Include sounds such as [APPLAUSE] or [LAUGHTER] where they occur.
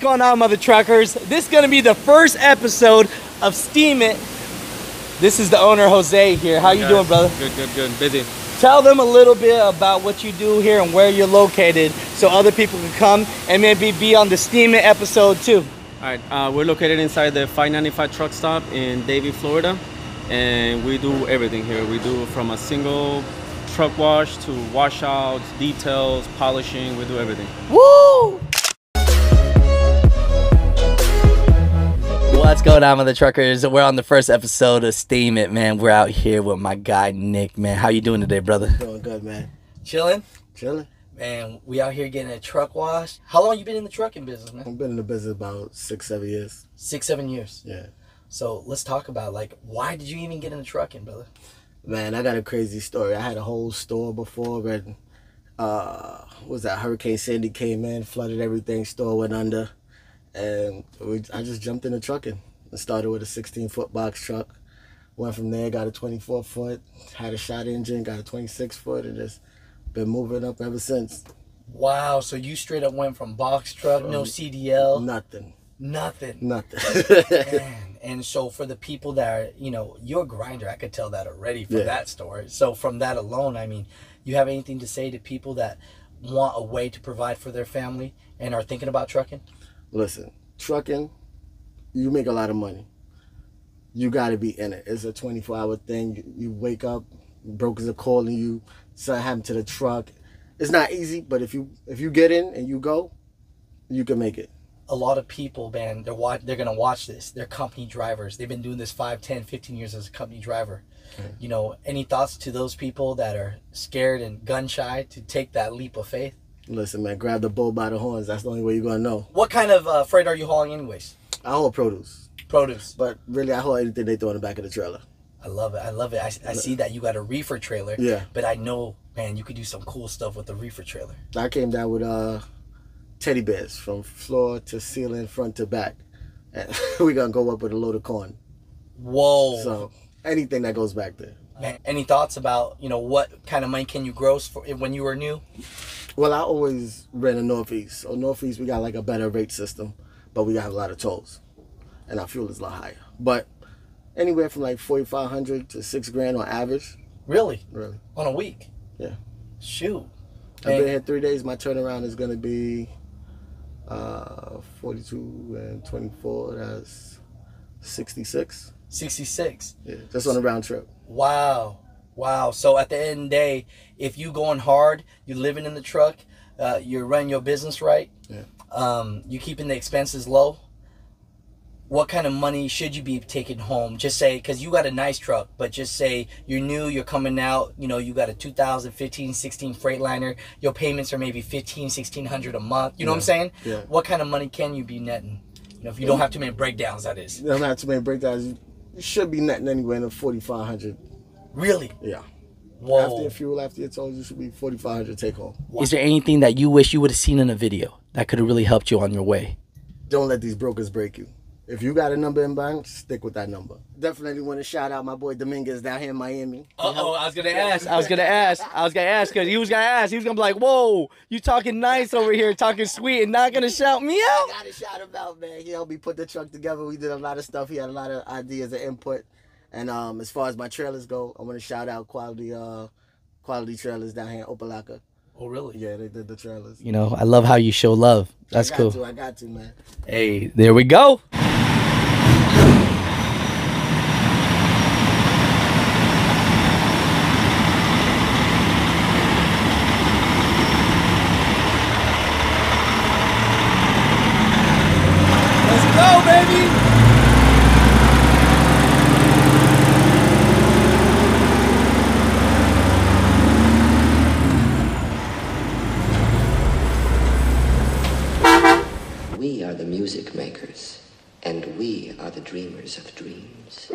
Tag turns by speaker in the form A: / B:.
A: going on, mother truckers? This is gonna be the first episode of Steam It. This is the owner Jose here. How you
B: Okay.
A: doing, brother?
B: Good, good, good. Busy.
A: Tell them a little bit about what you do here and where you're located, so other people can come and maybe be on the Steam It episode too.
B: All right. Uh, we're located inside the 595 truck stop in Davie, Florida, and we do everything here. We do from a single truck wash to washouts, details, polishing. We do everything.
A: Woo! What's going on with the truckers? We're on the first episode of Steam It, man. We're out here with my guy Nick, man. How you doing today, brother?
C: Doing good, man.
A: Chilling.
C: Chilling.
A: Man, we out here getting a truck wash. How long you been in the trucking business, man?
C: I've been in the business about six, seven years.
A: Six, seven years.
C: Yeah.
A: So let's talk about like why did you even get into trucking, brother?
C: Man, I got a crazy story. I had a whole store before, but uh, what was that Hurricane Sandy came in, flooded everything, store went under, and we, I just jumped into trucking and started with a 16 foot box truck. Went from there, got a 24 foot, had a shot engine, got a 26 foot, and just been moving up ever since.
A: Wow, so you straight up went from box truck, no CDL,
C: Nothing,
A: nothing.
C: nothing. [LAUGHS]
A: Man, and so for the people that are, you know, you're a grinder, I could tell that already from
C: Yeah.
A: that story. So from that alone, I mean, you have anything to say to people that want a way to provide for their family and are thinking about trucking?
C: listen, trucking, you make a lot of money. You got to be in it. It's a 24 hour thing. You, you wake up, brokers are calling you, something happened to the truck. It's not easy, but if you if you get in and you go, you can make it.
A: a lot of people man they're watch, they're gonna watch this they're company drivers they've been doing this 5 10 15 years as a company driver you know any thoughts to those people that are scared and gun shy to take that leap of faith
C: Listen, man, grab the bull by the horns. That's the only way you're gonna know.
A: what kind of uh, freight are you hauling anyways
C: I haul produce,
A: produce
C: but really, I haul anything they throw in the back of the trailer.
A: i love it i love it i, I see that you got a reefer trailer
C: Yeah.
A: but i know man you could do some cool stuff with the reefer trailer
C: I came down with uh, teddy bears from floor to ceiling, front to back, [LAUGHS] and we gonna go up with a load of corn.
A: whoa
C: So anything that goes back there.
A: man, any thoughts about you know what kind of money can you gross for when you were new
C: Well, I always ran a Northeast. So Northeast, we got like a better rate system, but we got a lot of tolls, and our fuel is a lot higher. But anywhere from like forty five hundred to six grand on average,
A: really
C: really.
A: on a week
C: Yeah.
A: shoot
C: I've
A: Man.
C: been here three days. My turnaround is gonna be uh, forty two and twenty four. That's sixty six.
A: 66
C: Yeah, just on a round trip.
A: Wow. Wow. So at the end of the day, if you going hard, you're living in the truck, uh, you're running your business right,
C: Yeah.
A: um, you're keeping the expenses low, what kind of money should you be taking home? Just say, because you got a nice truck, but just say you're new, you're coming out, you know, you got a 2015, 16 Freightliner, your payments are maybe 15, 1600 a month. You know what I'm saying?
C: Yeah.
A: What kind of money can you be netting? You know, if you don't have too many breakdowns, that is.
C: You don't have too many breakdowns. You should be netting anywhere in the forty five hundred.
A: Really?
C: Yeah.
A: Whoa.
D: Oh.
C: After your fuel, after your tolls, you should be forty five hundred take home.
D: Is there anything that you wish you would have seen in a video that could have really helped you on your way?
C: don't let these brokers break you. If you got a number in mind, stick with that number. Definitely want to shout out my boy Dominguez down here in Miami.
A: Uh oh, I was gonna ask.
D: I was gonna ask. I was gonna ask because he was gonna ask. He was gonna be like, "Whoa, you talking nice over here, talking sweet, and not gonna shout me out."
C: Gotta shout him out, man. He helped me put the truck together. We did a lot of stuff. He had a lot of ideas and input. And um, as far as my trailers go, I want to shout out quality uh, quality trailers down here in Opalaka.
A: Oh, really?
C: Yeah, they did the trailers.
D: You know, I love how you show love. That's
C: I got
D: cool.
C: To, I got to, man.
D: Hey, there we go.
A: Let's go, baby.
E: We are the music makers, and we are the dreamers of dreams.